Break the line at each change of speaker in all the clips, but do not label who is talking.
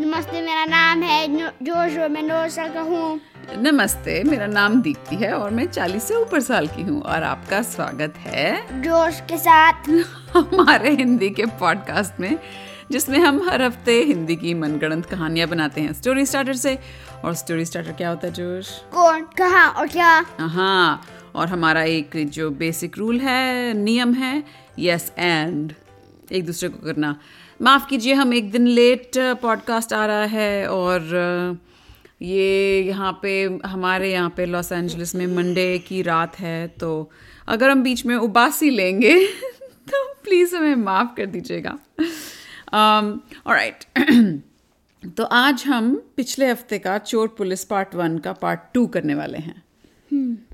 नमस्ते मेरा नाम है नो- जोशो मैं नौ साल का हूँ
नमस्ते मेरा नाम दीप्ति है और मैं 40 से ऊपर साल की हूँ और आपका स्वागत है
जोश के साथ
हमारे हिंदी के पॉडकास्ट में जिसमें हम हर हफ्ते हिंदी की मनगढ़ंत कहानियाँ बनाते हैं स्टोरी स्टार्टर से और स्टोरी स्टार्टर क्या होता है जोश
कौन कहाँ और क्या
हाँ और हमारा एक जो बेसिक रूल है नियम है यस एंड एक दूसरे को करना माफ़ कीजिए हम एक दिन लेट पॉडकास्ट आ रहा है और अ, ये यहाँ पे हमारे यहाँ पे लॉस एंजलिस में मंडे की रात है तो अगर हम बीच में उबासी लेंगे तो प्लीज़ हमें माफ़ कर दीजिएगा राइट तो आज हम पिछले हफ्ते का चोर पुलिस पार्ट वन का पार्ट टू करने वाले हैं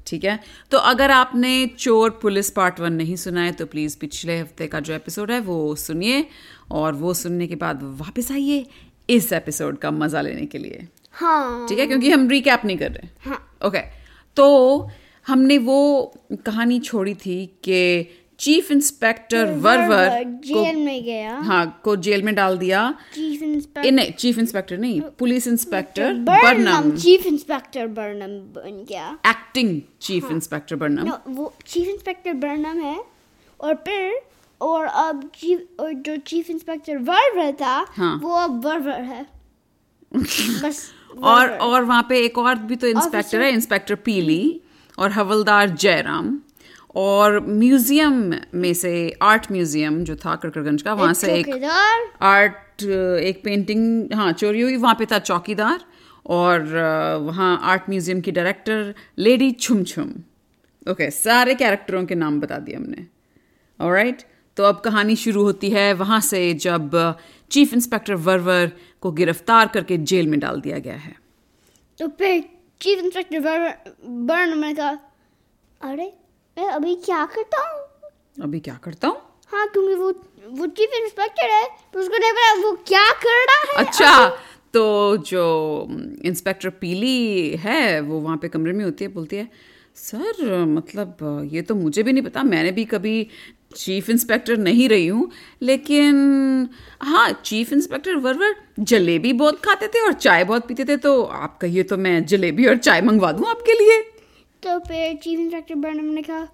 ठीक है तो अगर आपने चोर पुलिस पार्ट वन नहीं सुना है तो प्लीज़ पिछले हफ्ते का जो एपिसोड है वो सुनिए और वो सुनने के बाद वापस आइए इस एपिसोड का मज़ा लेने के लिए
हाँ
ठीक है क्योंकि हम रिकैप नहीं कर रहे ओके तो हमने वो कहानी छोड़ी थी कि चीफ इंस्पेक्टर वर्वर को
जेल में गया
हाँ को जेल में डाल दिया
चीफ
ए,
इंस्पेक्टर
नहीं चीफ इंस्पेक्टर नहीं police inspector Burnham
Burnham chief inspector Burnham बन गया
हाँ। Acting chief inspector Burnham
no वो चीफ इंस्पेक्टर बर्नम है और फिर और अब चीफ और जो चीफ इंस्पेक्टर वर्वर था
हाँ।
वो अब वर्वर है बस
और
वर्वर।
और वहाँ पे एक और भी तो इंस्पेक्टर
Officer-
है इंस्पेक्टर पीली और हवलदार जयराम और म्यूजियम में से आर्ट म्यूजियम जो था कड़कड़गंज का वहाँ से एक
चौकीदार
आर्ट एक पेंटिंग हाँ चोरी हुई वहाँ पे था चौकीदार और अ, वहाँ आर्ट म्यूजियम की डायरेक्टर लेडी छुम छुम ओके सारे कैरेक्टरों के नाम बता दिए हमने ऑलराइट तो अब कहानी शुरू होती है वहाँ से जब चीफ इंस्पेक्टर वर्वर को गिरफ्तार करके जेल में डाल दिया गया है
तो फिर चीफ इंस्पेक्टर बर्न ने कहा अरे मैं अभी क्या करता हूँ
अभी क्या करता हूँ
हाँ क्योंकि वो वो चीफ इंस्पेक्टर है तो उसको नहीं पता वो क्या कर रहा है
अच्छा तो जो इंस्पेक्टर पीली है वो वहाँ पे कमरे में होती है बोलती है सर मतलब ये तो मुझे भी नहीं पता मैंने भी कभी चीफ इंस्पेक्टर नहीं रही हूँ लेकिन हाँ चीफ इंस्पेक्टर वर्वर जलेबी बहुत खाते थे और चाय बहुत पीते थे तो आप कहिए तो मैं जलेबी और चाय मंगवा दूँ आपके लिए
तो फिर चीफ इंस्पेक्टर बर्न ने कहा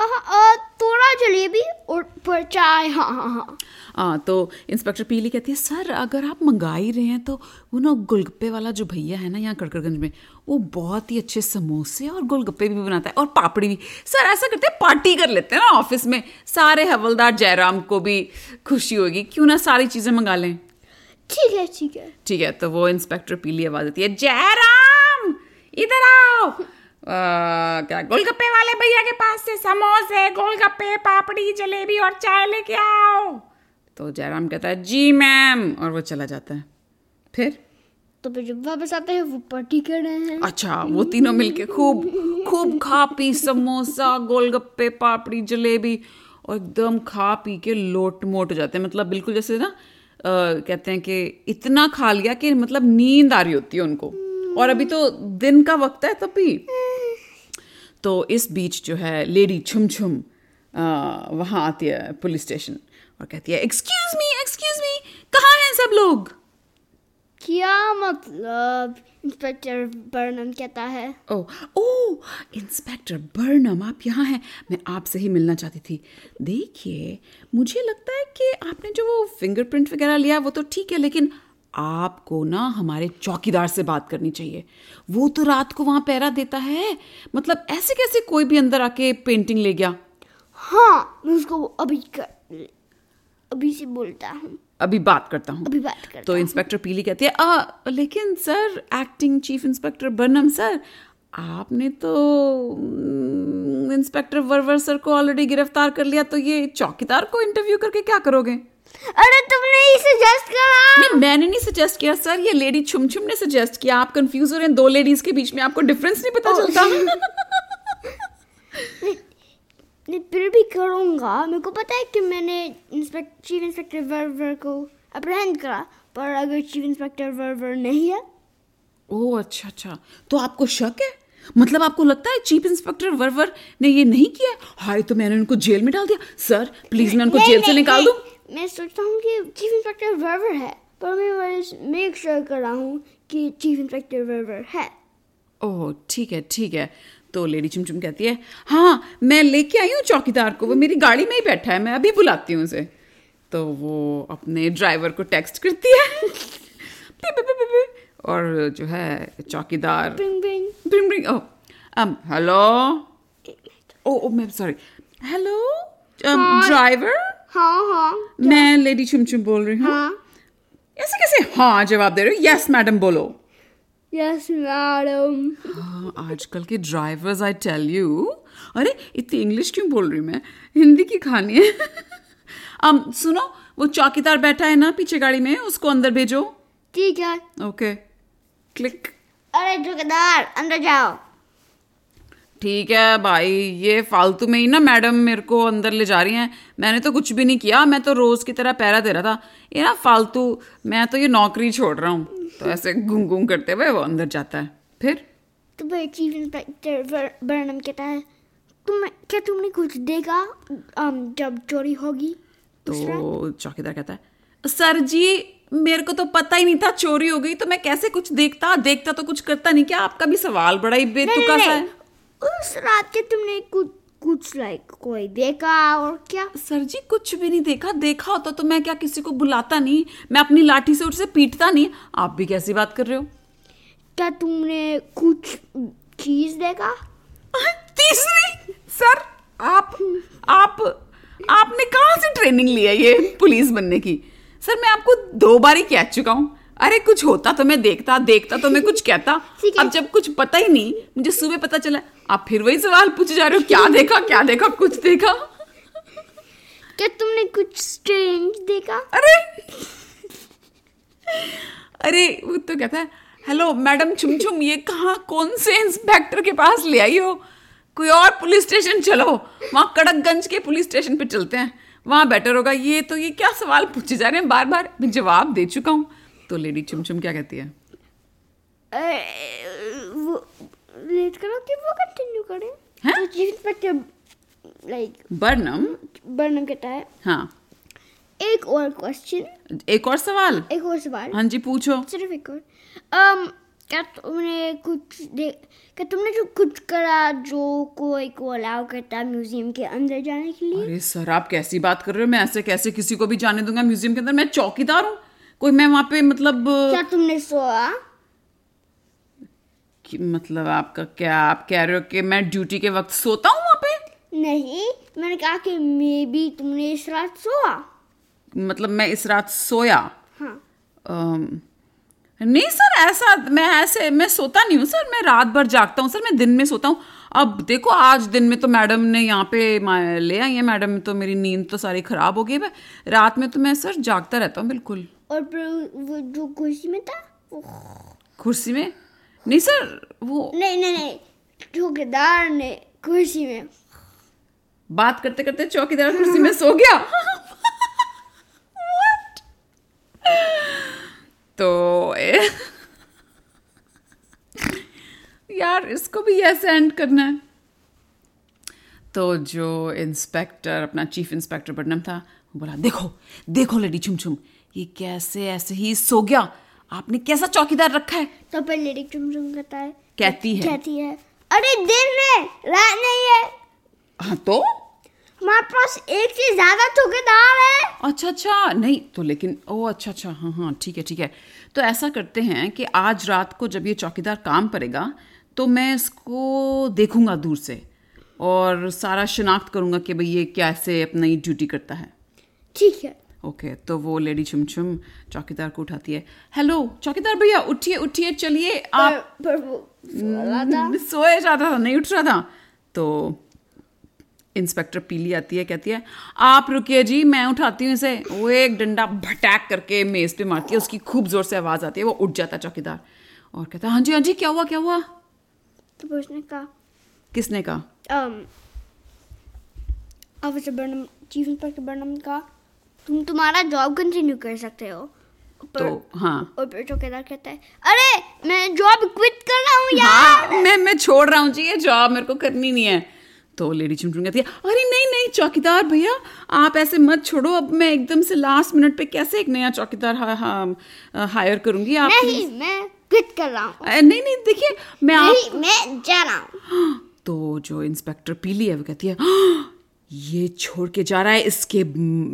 "आहा, आ, थोड़ा जलेबी और पर चाय हाँ हाँ हाँ
आ, तो इंस्पेक्टर पीली कहती है सर अगर आप मंगा ही रहे हैं तो वो ना गोलगप्पे वाला जो भैया है ना यहाँ कड़कड़गंज में वो बहुत ही अच्छे समोसे और गोलगप्पे भी बनाता है और पापड़ी भी सर ऐसा करते हैं पार्टी कर लेते हैं ना ऑफिस में सारे हवलदार जयराम को भी खुशी होगी क्यों ना सारी चीज़ें मंगा लें
ठीक है ठीक है
ठीक है तो वो इंस्पेक्टर पीली आवाज देती है जयराम इधर आओ आ, क्या गोलगप्पे वाले भैया के पास से समोसे गोलगप्पे पापड़ी जलेबी और चाय लेके आओ तो जयराम कहता है जी मैम और वो चला जाता है फिर
तो फिर जब वापस आते हैं वो पार्टी कर रहे हैं
अच्छा वो तीनों मिलके खूब खूब खा पी समोसा गोलगप्पे पापड़ी जलेबी और एकदम खा पी के लोट मोट हो जाते हैं मतलब बिल्कुल जैसे ना अ, कहते हैं कि इतना खा लिया कि मतलब नींद आ रही होती है उनको और अभी तो दिन का वक्त है तब भी तो इस बीच जो है लेडी छुम छुम अ, वहाँ आती है पुलिस स्टेशन और कहती है एक्सक्यूज मी एक्सक्यूज मी कहाँ हैं सब लोग
क्या मतलब इंस्पेक्टर बर्नम कहता है
ओह ओह इंस्पेक्टर बर्नम आप यहाँ हैं मैं आपसे ही मिलना चाहती थी देखिए मुझे लगता है कि आपने जो वो फिंगरप्रिंट वगैरह लिया वो तो ठीक है लेकिन आपको ना हमारे चौकीदार से बात करनी चाहिए वो तो रात को वहाँ पहरा देता है मतलब ऐसे कैसे कोई भी अंदर आके पेंटिंग ले गया
हाँ मैं उसको अभी कर अभी से बोलता हूँ
अभी बात करता हूँ
अभी बात करता
तो इंस्पेक्टर पीली कहती है आ, लेकिन sir acting chief inspector Burnham sir आपने तो उम, इंस्पेक्टर वर्वर सर को ऑलरेडी गिरफ्तार कर लिया तो ये चौकीदार को इंटरव्यू करके क्या करोगे
अरे तुमने ही सजेस्ट करा
नहीं मैंने नहीं सजेस्ट किया सर ये लेडी छुम छुम ने सजेस्ट किया आप कंफ्यूज हो रहे हैं दो लेडीज के बीच में आपको डिफरेंस नहीं पता चलता
नहीं फिर भी करूँगा मेरे को पता है कि मैंने इंस्पेक्ट चीफ इंस्पेक्टर वर्वर को अप्रहेंड करा पर अगर चीफ इंस्पेक्टर वर्वर नहीं है
ओह अच्छा अच्छा तो आपको शक है मतलब आपको लगता है चीफ इंस्पेक्टर वर्वर ने ये नहीं किया हाय तो मैंने उनको जेल में डाल दिया सर प्लीज मैं उनको
नहीं,
जेल से
नहीं,
निकाल दूं
नहीं, मैं सोचता हूँ कि चीफ इंस्पेक्टर वर्वर है पर मैं मेक श्योर कर रहा हूँ कि चीफ इंस्पेक्टर वर्वर है
ओह ठीक है ठीक है तो लेडी चुमचुम कहती है हाँ मैं लेके आई हूँ चौकीदार को वो मेरी गाड़ी में ही बैठा है मैं अभी बुलाती हूँ उसे तो वो अपने ड्राइवर को टेक्स्ट करती है पी, पी, पी, पी, पी। और जो है चौकीदार
ब्रिंग ब्रिंग
ब्रिंग ब्रिंग ओ um हेलो ओ ओ मैं सॉरी हेलो
हाँ।
ड्राइवर
हाँ हाँ
मैं लेडी चुमचुम बोल रही हूँ
हाँ
ऐसे कैसे हाँ जवाब दे रहे हो यस मैडम बोलो
यस मैडम
हाँ, आजकल के ड्राइवर्स आई टेल यू अरे इतनी इंग्लिश क्यों बोल रही हूँ मैं हिंदी की कहानी है um, सुनो वो चौकीदार बैठा है ना पीछे गाड़ी में उसको अंदर भेजो
ठीक है
ओके क्लिक
अरे चौकीदार अंदर जाओ
ठीक है भाई ये फालतू में ही ना मैडम मेरे को अंदर ले जा रही हैं मैंने तो कुछ भी नहीं किया मैं तो रोज़ की तरह पैरा दे रहा था ये ना फालतू मैं तो ये नौकरी छोड़ रहा हूँ तो ऐसे घूम घूम करते हुए वो अंदर जाता है फिर
तो भाई चीफ इंस्पेक्टर बर्नम कहता है तुम क्या तुमने कुछ देखा अम, जब चोरी होगी
तो चौकीदार कहता है सर जी मेरे को तो पता ही नहीं था चोरी हो गई तो मैं कैसे कुछ देखता देखता तो कुछ करता नहीं क्या आपका भी सवाल बड़ा ही
नहीं,
बेतुका
नहीं,
सा
नहीं,
है
उस रात के तुमने कुछ कुछ लाइक कोई देखा और क्या
सर जी कुछ भी नहीं देखा देखा होता तो मैं क्या किसी को बुलाता नहीं मैं अपनी लाठी से उसे पीटता नहीं आप भी कैसी बात कर रहे हो
क्या तुमने कुछ चीज देखा
तीसरी सर आप आप आपने कहाँ से ट्रेनिंग ली है ये पुलिस बनने की सर मैं आपको दो बार ही कह चुका हूँ अरे कुछ होता तो मैं देखता देखता तो मैं कुछ कहता
ठीक है।
अब जब कुछ पता ही नहीं मुझे सुबह पता चला आप फिर वही सवाल पूछे जा रहे हो क्या देखा क्या देखा कुछ देखा
क्या तुमने कुछ स्ट्रेंज देखा
अरे अरे वो तो कहता है हेलो मैडम चुमचुम ये कहाँ कौन से इंस्पेक्टर के पास ले आई हो कोई और पुलिस स्टेशन चलो वहाँ कड़कगंज के पुलिस स्टेशन पे चलते हैं वहाँ बेटर होगा ये तो ये क्या सवाल पूछे जा रहे हैं बार बार मैं जवाब दे चुका हूँ तो लेडी चुमचुम क्या कहती है
अरे, वो लेट करो कि वो कंटिन्यू करें
हैं?
तो chief inspector like
Burnham
Burnham कहता है
हाँ
एक और क्वेश्चन
एक और सवाल
एक और सवाल
हाँ जी पूछो
सिर्फ एक और um, क्या तुमने कुछ दे क्या तुमने जो कुछ करा जो कोई को अलाउ करता है म्यूजियम के अंदर जाने के लिए
अरे सर आप कैसी बात कर रहे हो मैं ऐसे कैसे किसी को भी जाने दूंगा म्यूजियम के अंदर मैं चौकीदार हूँ कोई मैं वहाँ पे मतलब
क्या तुमने सोया
कि मतलब आपका क्या आप कह रहे हो कि मैं ड्यूटी के वक्त सोता हूँ वहाँ पे
नहीं मैंने कहा कि मे बी तुमने इस रात सोया
मतलब मैं इस रात सोया
हाँ
अम, नहीं सर ऐसा मैं ऐसे मैं सोता नहीं हूँ सर मैं रात भर जागता हूँ सर मैं दिन में सोता हूँ अब देखो आज दिन में तो मैडम ने यहाँ पे मा- ले आई है मैडम तो मेरी नींद तो सारी खराब हो गई है रात में तो मैं सर जागता रहता हूँ बिल्कुल
और पर वो जो कुर्सी में था वो
कुर्सी में नहीं सर वो
नहीं नहीं नहीं ठोकेदार ने कुर्सी में
बात करते करते चौकीदार कुर्सी में सो गया What? तो ए- यार इसको भी ऐसे एंड करना है तो जो इंस्पेक्टर अपना चीफ इंस्पेक्टर बटनम था वो बोला देखो देखो लेडी छुमछुम ये कैसे ऐसे ही सो गया आपने कैसा चौकीदार रखा है
तो पर लेडी चुमचुम कहता है
कहती है
कहती है अरे दिन है रात नहीं है
हाँ तो
हमारे पास एक से ज्यादा ठोकेदार है
अच्छा अच्छा नहीं तो लेकिन ओ अच्छा अच्छा हाँ हाँ ठीक है ठीक है तो ऐसा करते हैं कि आज रात को जब ये चौकीदार काम करेगा तो मैं इसको देखूंगा दूर से और सारा शिनाख्त करूंगा कि भाई ये कैसे अपनी ड्यूटी करता है
ठीक है
ओके तो वो लेडी छुमछुम चौकीदार को उठाती है हेलो चौकीदार भैया उठिए उठिए चलिए आप
पर, पर वो वाला था
सोए जाता था नहीं उठ रहा था तो इंस्पेक्टर पीली आती है कहती है आप रुकिए जी मैं उठाती हूँ इसे वो एक डंडा भटैक करके मेज पे मारती है उसकी खूब जोर से आवाज आती है वो उठ जाता है चौकीदार और कहता है हाँ जी हाँ जी क्या हुआ क्या हुआ
तो फिर उसने कहा
किसने कहा
um, officer Barnum chief inspector Barnum का तुम तुम्हारा जॉब कंटिन्यू कर सकते हो पर,
तो हाँ
और फिर ठोकेदार कहता है अरे मैं जॉब क्विट कर रहा हूँ यार
हाँ मैं मैं छोड़ रहा हूँ जी ये जॉब मेरे को करनी नहीं है तो तो लेडी चुनचुन कहती है अरे नहीं नहीं चौकीदार भैया आप ऐसे मत छोड़ो अब मैं एकदम से लास्ट मिनट पे कैसे एक नया चौकीदार हा, हा, हायर करूंगी आप
नहीं मैं क्विट कर रहा हूँ
अ, नहीं नहीं देखिए मैं आप
नहीं मैं जा रहा हूँ
तो जो इंस्पेक्टर पीली है वो कहती है "हाँ, ये छोड़ के जा रहा है इसके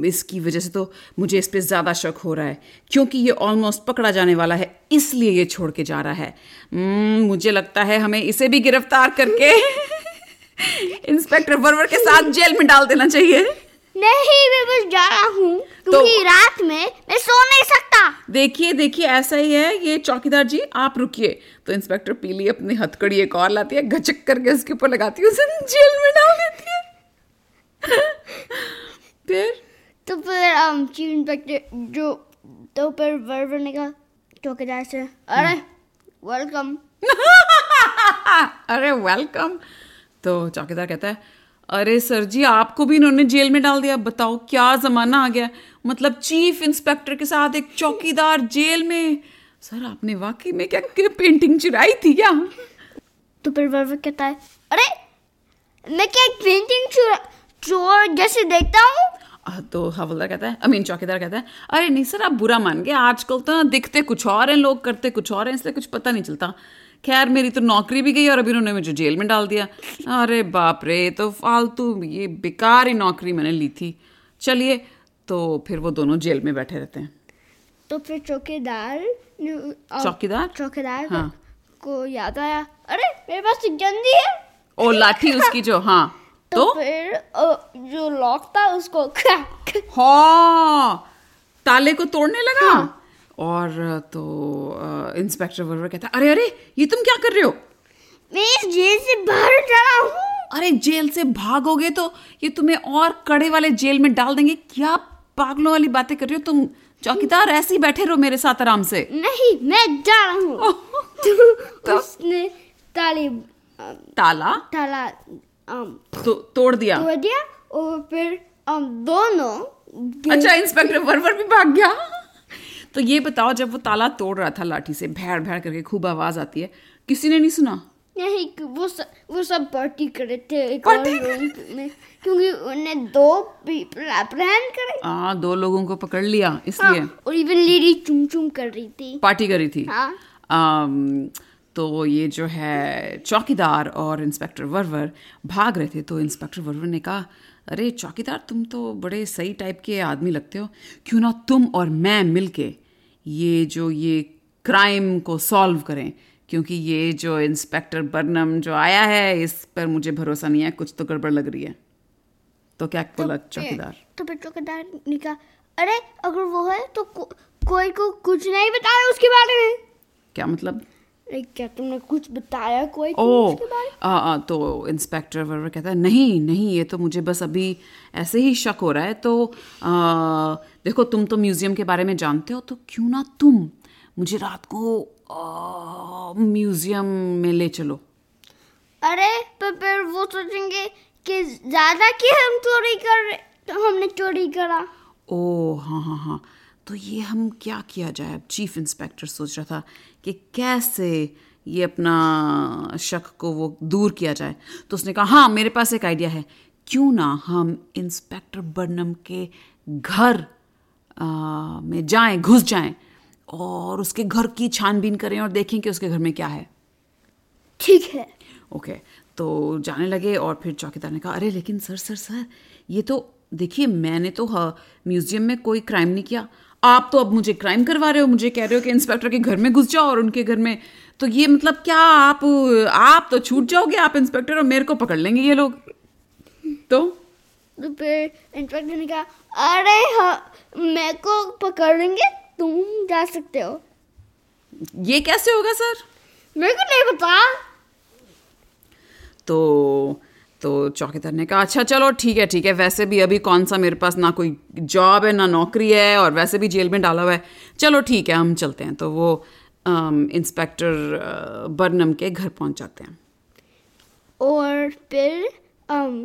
इसकी वजह से तो मुझे इस पे ज़्यादा शक हो रहा है क्योंकि ये ऑलमोस्ट पकड़ा जाने वाला है इसलिए ये छोड़ के जा रहा है "हम्म, मुझे लगता है हमें इसे भी गिरफ्तार करके इंस्पेक्टर वर्वर के साथ जेल में डाल देना चाहिए
नहीं मैं बस जा रहा हूँ क्योंकि रात में मैं सो नहीं सकता
देखिए देखिए ऐसा ही है ये चौकीदार जी आप रुकिए तो इंस्पेक्टर पीली अपनी हथकड़ी एक और लाती है घचक करके उसके ऊपर लगाती है उसे जेल में डाल देती है फिर
तो फिर um, चीफ इंस्पेक्टर जो तो फिर वर्वर ने कहा चौकीदार से अरे वेलकम
अरे वेलकम तो चौकीदार कहता है अरे सर जी आपको भी इन्होंने जेल में डाल दिया बताओ क्या जमाना आ गया मतलब चीफ इंस्पेक्टर के साथ एक चौकीदार जेल में सर आपने वाकई में क्या क्या पेंटिंग चुराई थी क्या
तो फिर वर्वर कहता है अरे मैं क्या एक पेंटिंग चोर चोर जैसे देखता हूँ
आ, तो हवलदार कहता है आई मीन चौकीदार कहता है अरे नहीं सर आप बुरा मान गए आजकल तो ना दिखते कुछ और हैं लोग करते कुछ और हैं इसलिए कुछ पता नहीं चलता खैर मेरी तो नौकरी भी गई और अभी उन्होंने मुझे जेल में डाल दिया अरे बाप रे ये तो फालतू ये बेकार ही नौकरी मैंने ली थी चलिए तो फिर वो दोनों जेल में बैठे रहते हैं
तो फिर चौकीदार ने अ,
चौकीदार?
चौकीदार को-
हाँ।
को याद आया अरे मेरे पास एक जंदी है
और लाठी उसकी जो हाँ
तो,
तो
फिर अ, जो लॉक था उसको क्रैक
हाँ ताले को तोड़ने लगा
हाँ।
और तो अ, इंस्पेक्टर वर्वर कहता है अरे अरे ये तुम क्या कर रहे हो
मैं इस जेल से बाहर जा रहा हूँ
अरे जेल से भागोगे तो ये तुम्हें और कड़े वाले जेल में डाल देंगे क्या पागलों वाली बातें कर रही हो तुम चौकीदार ऐसे ही बैठे रहो मेरे साथ आराम से
नहीं मैं जा रहा हूँ तो, उसने ताली अ,
ताला
ताला अम,
तो तोड़ दिया
तोड़ दिया और फिर अम, दोनों गे-
अच्छा इंस्पेक्टर वर्वर भी भाग गया तो ये बताओ जब वो ताला तोड़ रहा था लाठी से भैड़ भैड़ करके खूब आवाज आती है किसी ने नहीं सुना
नहीं वो सब वो सब पार्टी करे थे एक और
पार्टी कर-
room में क्योंकि उन्हें दो पीपल अप्रहण करे
आ, दो लोगों को पकड़ लिया
हाँ,
इसलिए
और इवन लेडी चुम चुम कर रही थी
पार्टी करी थी
हाँ।
अम्म, तो ये जो है चौकीदार और इंस्पेक्टर वर्वर भाग रहे थे तो इंस्पेक्टर वर्वर ने कहा अरे चौकीदार तुम तो बड़े सही टाइप के आदमी लगते हो क्यों ना तुम और मैं मिलके ये जो ये क्राइम को सॉल्व करें क्योंकि ये जो इंस्पेक्टर बर्नम जो आया है इस पर मुझे भरोसा नहीं है कुछ तो गड़बड़ लग रही है तो क्या बोला चौकीदार
तो फिर चौकीदार ने कहा अरे अगर वो है तो को, कोई को कुछ नहीं बताया उसके बारे में
क्या मतलब
अरे क्या तुमने कुछ बताया कोई को
ओ
उसके बारे में
आ, आ, तो इंस्पेक्टर वर्वर कहता है नहीं नहीं ये तो मुझे बस अभी ऐसे ही शक हो रहा है तो आ, देखो तुम तो म्यूजियम के बारे में जानते हो तो क्यों ना तुम मुझे रात को आ, म्यूजियम में ले चलो
अरे पर फिर वो सोचेंगे कि ज्यादा की हम चोरी कर रहे तो हमने चोरी करा
ओ हाँ हाँ हाँ तो ये हम क्या किया जाए अब चीफ इंस्पेक्टर सोच रहा था कि कैसे ये अपना शक को वो दूर किया जाए तो उसने कहा हाँ मेरे पास एक आइडिया है क्यों ना हम इंस्पेक्टर बर्नम के घर आ, में जाएं घुस जाएं और उसके घर की छानबीन करें और देखें कि उसके घर में क्या है
ठीक है
ओके तो जाने लगे और फिर चौकीदार ने कहा अरे लेकिन सर सर सर ये तो देखिए मैंने तो हाँ, म्यूजियम में कोई क्राइम नहीं किया आप तो अब मुझे क्राइम करवा रहे हो मुझे कह रहे हो कि इंस्पेक्टर के घर में घुस जाओ और उनके घर में तो ये मतलब क्या आप आप तो छूट जाओगे आप इंस्पेक्टर और मेरे को पकड़ लेंगे ये लोग तो
तो फिर इंस्पेक्टर ने कहा अरे हाँ मेरे को पकड़ेंगे तुम जा सकते हो
ये कैसे होगा सर
मेरे को नहीं पता
तो तो चौकीदार ने कहा अच्छा चलो ठीक है ठीक है वैसे भी अभी कौन सा मेरे पास ना कोई जॉब है ना नौकरी है और वैसे भी जेल में डाला हुआ है चलो ठीक है हम चलते हैं तो वो अम, इंस्पेक्टर अ, बर्नम के घर पहुंच जाते हैं
और फिर अम,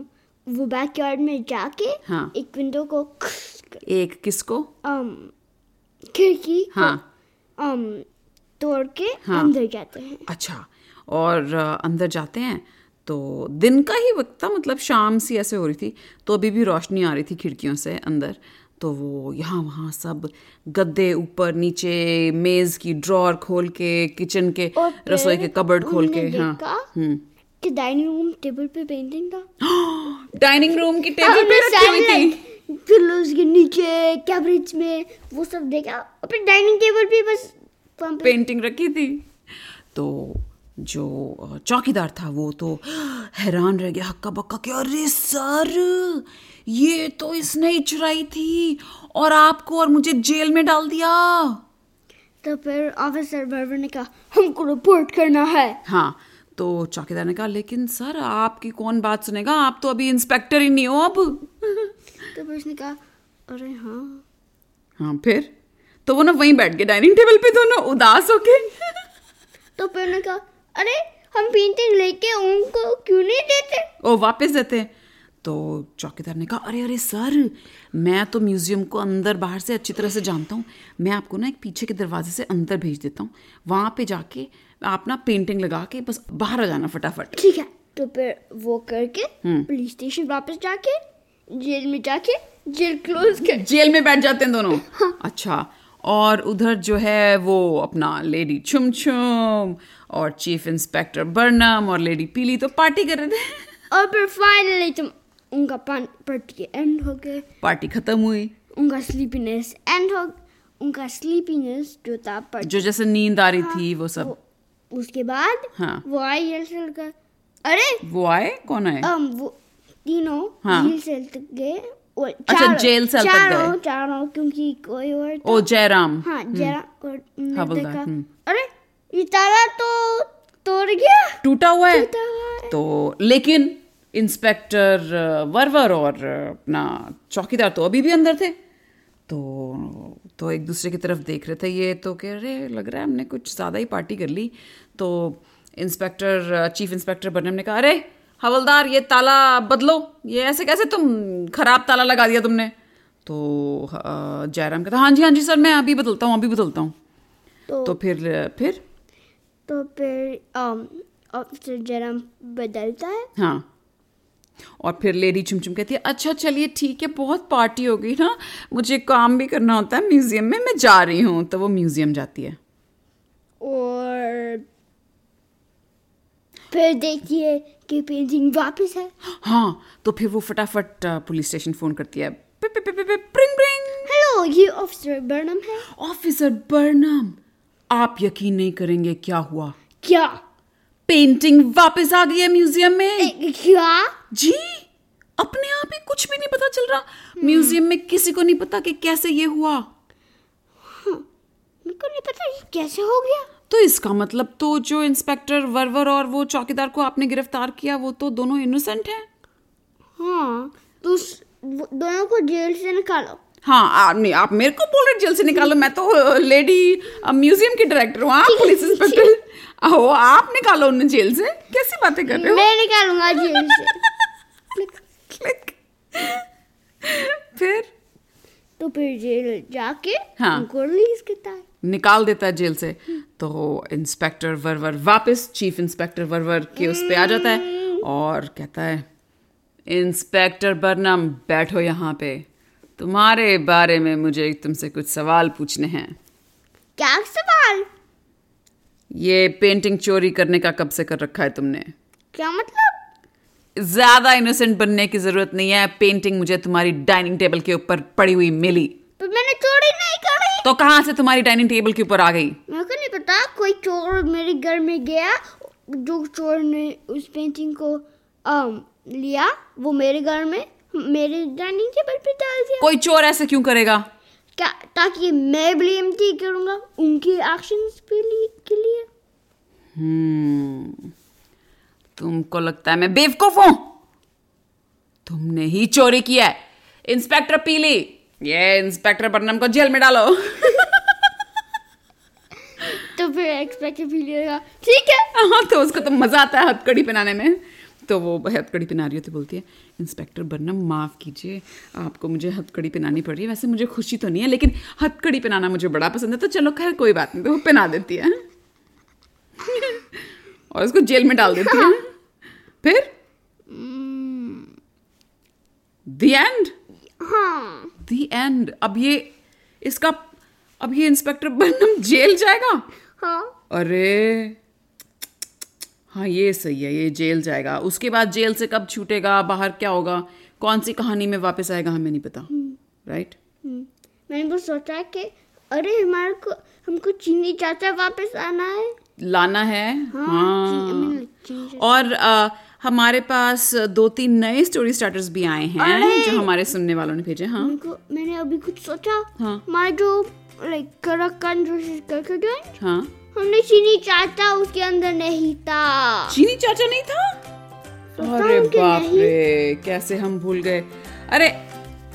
वो बैकयार्ड में जाके
हाँ।
एक विंडो को
एक किसको
अम, खिड़की को,
हाँ
अम, तोड़ के
हाँ।
अंदर जाते हैं
अच्छा और अ, अंदर जाते हैं तो दिन का ही वक्त था मतलब शाम सी ऐसे हो रही थी तो अभी भी रोशनी आ रही थी खिड़कियों से अंदर तो वो यहाँ वहाँ सब गद्दे ऊपर नीचे मेज़ की ड्रॉर खोल के किचन के
और फिर
रसोई के कबर्ड खोल के
उन्होंने
हाँ
देखा
हम्म।
कि डाइनिंग रूम टेबल पे पेंटिंग था
डाइनिंग रूम की टेबल
हमने
पे रखी हुई थी
सैटेलाइट पिलोज के नीचे कैबिनेट में वो सब देखा अपने डाइनिंग टेबल पे बस वहाँ पे
पेंटिंग रखी थी तो जो अ, चौकीदार था वो तो हैरान रह गया हक्का बक्का के अरे सर ये तो इसने ही चुराई थी और आपको और मुझे जेल में डाल दिया
तो फिर ऑफिसर बर्बर ने कहा हमको रिपोर्ट करना है
हाँ तो चौकीदार ने कहा लेकिन सर आपकी कौन बात सुनेगा आप तो अभी इंस्पेक्टर ही नहीं हो अब
तो फिर उसने कहा अरे हाँ
हाँ फिर तो वो ना वहीं बैठ गए डाइनिंग टेबल पे दोनों उदास होके
तो फिर उन्होंने कहा अरे हम पेंटिंग लेके उनको क्यों नहीं देते
ओ वापस देते हैं। तो चौकीदार ने कहा अरे अरे सर मैं तो म्यूजियम को अंदर बाहर से अच्छी तरह से जानता हूँ मैं आपको ना एक पीछे के दरवाजे से अंदर भेज देता हूँ वहाँ पे जाके आप ना पेंटिंग लगा के बस बाहर आ जाना फटाफट
ठीक है तो फिर वो करके
हम्म।
पुलिस स्टेशन वापस जाके जेल में जाके जेल क्लोज कर
जेल में बैठ जाते हैं दोनों अच्छा और उधर जो है वो अपना लेडी छुम छुम और चीफ इंस्पेक्टर बर्नम और लेडी पीली तो पार्टी कर रहे थे
और फिर फाइनली तुम उनका पान पट्टी एंड हो गए
पार्टी खत्म हुई
उनका स्लीपीनेस एंड हो उनका स्लीपीनेस जो था पर
जो जैसे नींद आ रही थी वो सब
वो- उसके बाद
हाँ।
वो आई हिल सेल का अरे
वो आए कौन आए
अम वो तीनों
हाँ।
हिल सेल तक गए और
अच्छा,
चारों-
जेल सेल तक गए।
चारों चारों क्योंकि कोई और था।
ओ हम्म। जयराम
हाँ जरा और उन्होंने
हवलदार,
देखा
हम्म।
अरे ये ताला तो तोड़ गया
टूटा हुआ है
टूटा हुआ है।
तो लेकिन इंस्पेक्टर अ, वर्वर और अ, अपना चौकीदार तो अभी भी अंदर थे तो तो एक दूसरे की तरफ देख रहे थे ये तो कह रहे लग रहा है हमने कुछ ज़्यादा ही पार्टी कर ली तो इंस्पेक्टर अ, चीफ इंस्पेक्टर बनम ने कहा अरे हवलदार ये ताला बदलो ये ऐसे कैसे तुम खराब ताला लगा दिया तुमने तो अ, जयराम कहता हाँ जी हाँ जी सर मैं अभी बदलता हूँ अभी बदलता हूँ
तो
तो फिर फिर
तो फिर अम ऑफिसर जरा बदलता है
हाँ और फिर लेडी चुमचुम कहती है अच्छा चलिए ठीक है बहुत पार्टी हो गई ना मुझे काम भी करना होता है म्यूजियम में मैं जा रही हूँ तो वो म्यूजियम जाती है
और फिर देखिए कि पेंटिंग वापस है
हाँ तो फिर वो फटाफट अ, पुलिस स्टेशन फोन करती है पिप, पिप, पिप, पिप, पिप, प्रिंग प्रिंग
हेलो ये ऑफिसर बर्नम है
ऑफिसर बर्नम आप यकीन नहीं करेंगे क्या हुआ
क्या
पेंटिंग वापस आ गई है म्यूजियम में
ए, क्या
जी अपने आप ही कुछ भी नहीं पता चल रहा म्यूजियम में किसी को नहीं पता कि कैसे ये हुआ
मेरे को नहीं पता ये कैसे हो गया
तो इसका मतलब तो जो इंस्पेक्टर वर्वर और वो चौकीदार को आपने गिरफ्तार किया वो तो दोनों इनोसेंट हैं
हाँ तो उस वो- दोनों को जेल से निकालो
हाँ आप नहीं आप मेरे को बोल रहे जेल से निकालो मैं तो अ, लेडी अ, म्यूजियम की डायरेक्टर हूँ आप पुलिस इंस्पेक्टर हो आप निकालो उन्हें जेल से कैसी बातें कर रहे हो
मैं निकालूंगा जेल से
क्लिक फिर
तो फिर जेल जाके
हाँ।
उनको रिलीज करता है
निकाल देता है जेल से तो इंस्पेक्टर वर्वर वापस चीफ इंस्पेक्टर वर्वर के उस पे आ जाता है और कहता है इंस्पेक्टर बर्नम बैठो यहाँ पे तुम्हारे बारे में मुझे तुमसे कुछ सवाल पूछने हैं
क्या सवाल
ये पेंटिंग चोरी करने का कब से कर रखा है तुमने
क्या मतलब
ज्यादा इनोसेंट बनने की जरूरत नहीं है पेंटिंग मुझे तुम्हारी डाइनिंग टेबल के ऊपर पड़ी हुई मिली
पर तो मैंने चोरी नहीं करी
तो कहाँ से तुम्हारी डाइनिंग टेबल के ऊपर आ गई
मेरे को नहीं पता कोई चोर मेरे घर में गया जो चोर ने उस पेंटिंग को अम, लिया वो मेरे घर में मेरे डाइनिंग टेबल पे डाल दिया
कोई चोर ऐसे क्यों करेगा
क्या ताकि मैं ब्लेम नहीं करूंगा उनके एक्शंस पे लिए के लिए
हम्म, तुमको लगता है मैं बेवकूफ हूं तुमने ही चोरी किया है इंस्पेक्टर पीली ये इंस्पेक्टर बर्नम को जेल में डालो
तो फिर एक्सपेक्ट भी लेगा ठीक है
हाँ तो उसको तो मजा आता है हथकड़ी पहनाने में तो वो हथकड़ी पहना रही होती बोलती है इंस्पेक्टर बर्नम माफ कीजिए आपको मुझे हथकड़ी पहनानी पड़ रही है वैसे मुझे खुशी तो नहीं है लेकिन हथकड़ी पहनाना मुझे बड़ा पसंद है तो चलो खैर कोई बात नहीं तो वो पहना देती है और उसको जेल में डाल देती है फिर
हम्म,
द एंड
हाँ
द एंड अब ये इसका अब ये इंस्पेक्टर बनम जेल जाएगा
हाँ
अरे हाँ ये सही है ये जेल जाएगा उसके बाद जेल से कब छूटेगा बाहर क्या होगा कौन सी कहानी में वापस आएगा हमें नहीं पता राइट
हम्म, मैंने वो सोचा कि अरे हमारे को हमको चीनी चाचा वापस आना है
लाना है
ची- I
हाँ
mean, चीनी चाचा-
और अ, हमारे पास दो तीन नए स्टोरी स्टार्टर्स भी आए हैं
अरे!
जो हमारे सुनने वालों ने भेजे हाँ
मेरे को मैंने अभी कुछ सोचा
हाँ।
हमारा जो लाइक कराकन जो करके joint,
हाँ
हमने चीनी चाचा उसके अंदर नहीं था
चीनी चाचा नहीं था
सोचा
अरे
हम कि
बाप
नहीं।
रे कैसे हम भूल गए अरे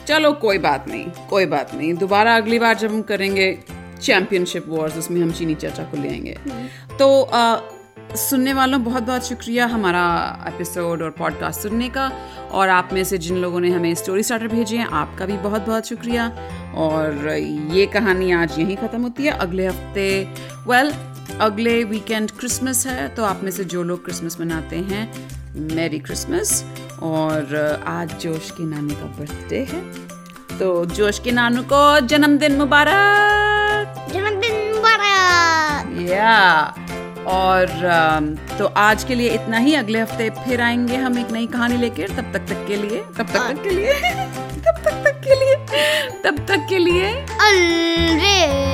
चलो कोई बात नहीं कोई बात नहीं दोबारा अगली बार जब हम करेंगे चैंपियनशिप वॉर्स उसमें हम चीनी चाचा को ले आएंगे तो अ, सुनने वालों बहुत बहुत शुक्रिया हमारा एपिसोड और पॉडकास्ट सुनने का और आप में से जिन लोगों ने हमें स्टोरी स्टार्टर भेजे हैं आपका भी बहुत बहुत शुक्रिया और ये कहानी आज यहीं ख़त्म होती है अगले हफ्ते वेल अगले वीकेंड क्रिसमस है तो आप में से जो लोग क्रिसमस मनाते हैं मैरी क्रिसमस और आज जोश की नानी का बर्थडे है तो जोश की नानू को जन्मदिन मुबारक
जन्मदिन मुबारक
या और अम, तो आज के लिए इतना ही अगले हफ्ते फिर आएंगे हम एक नई कहानी लेकर तब तक तक के लिए तब तक तक के लिए तब तक तक के लिए तब तक के लिए
अलविदा हाँ।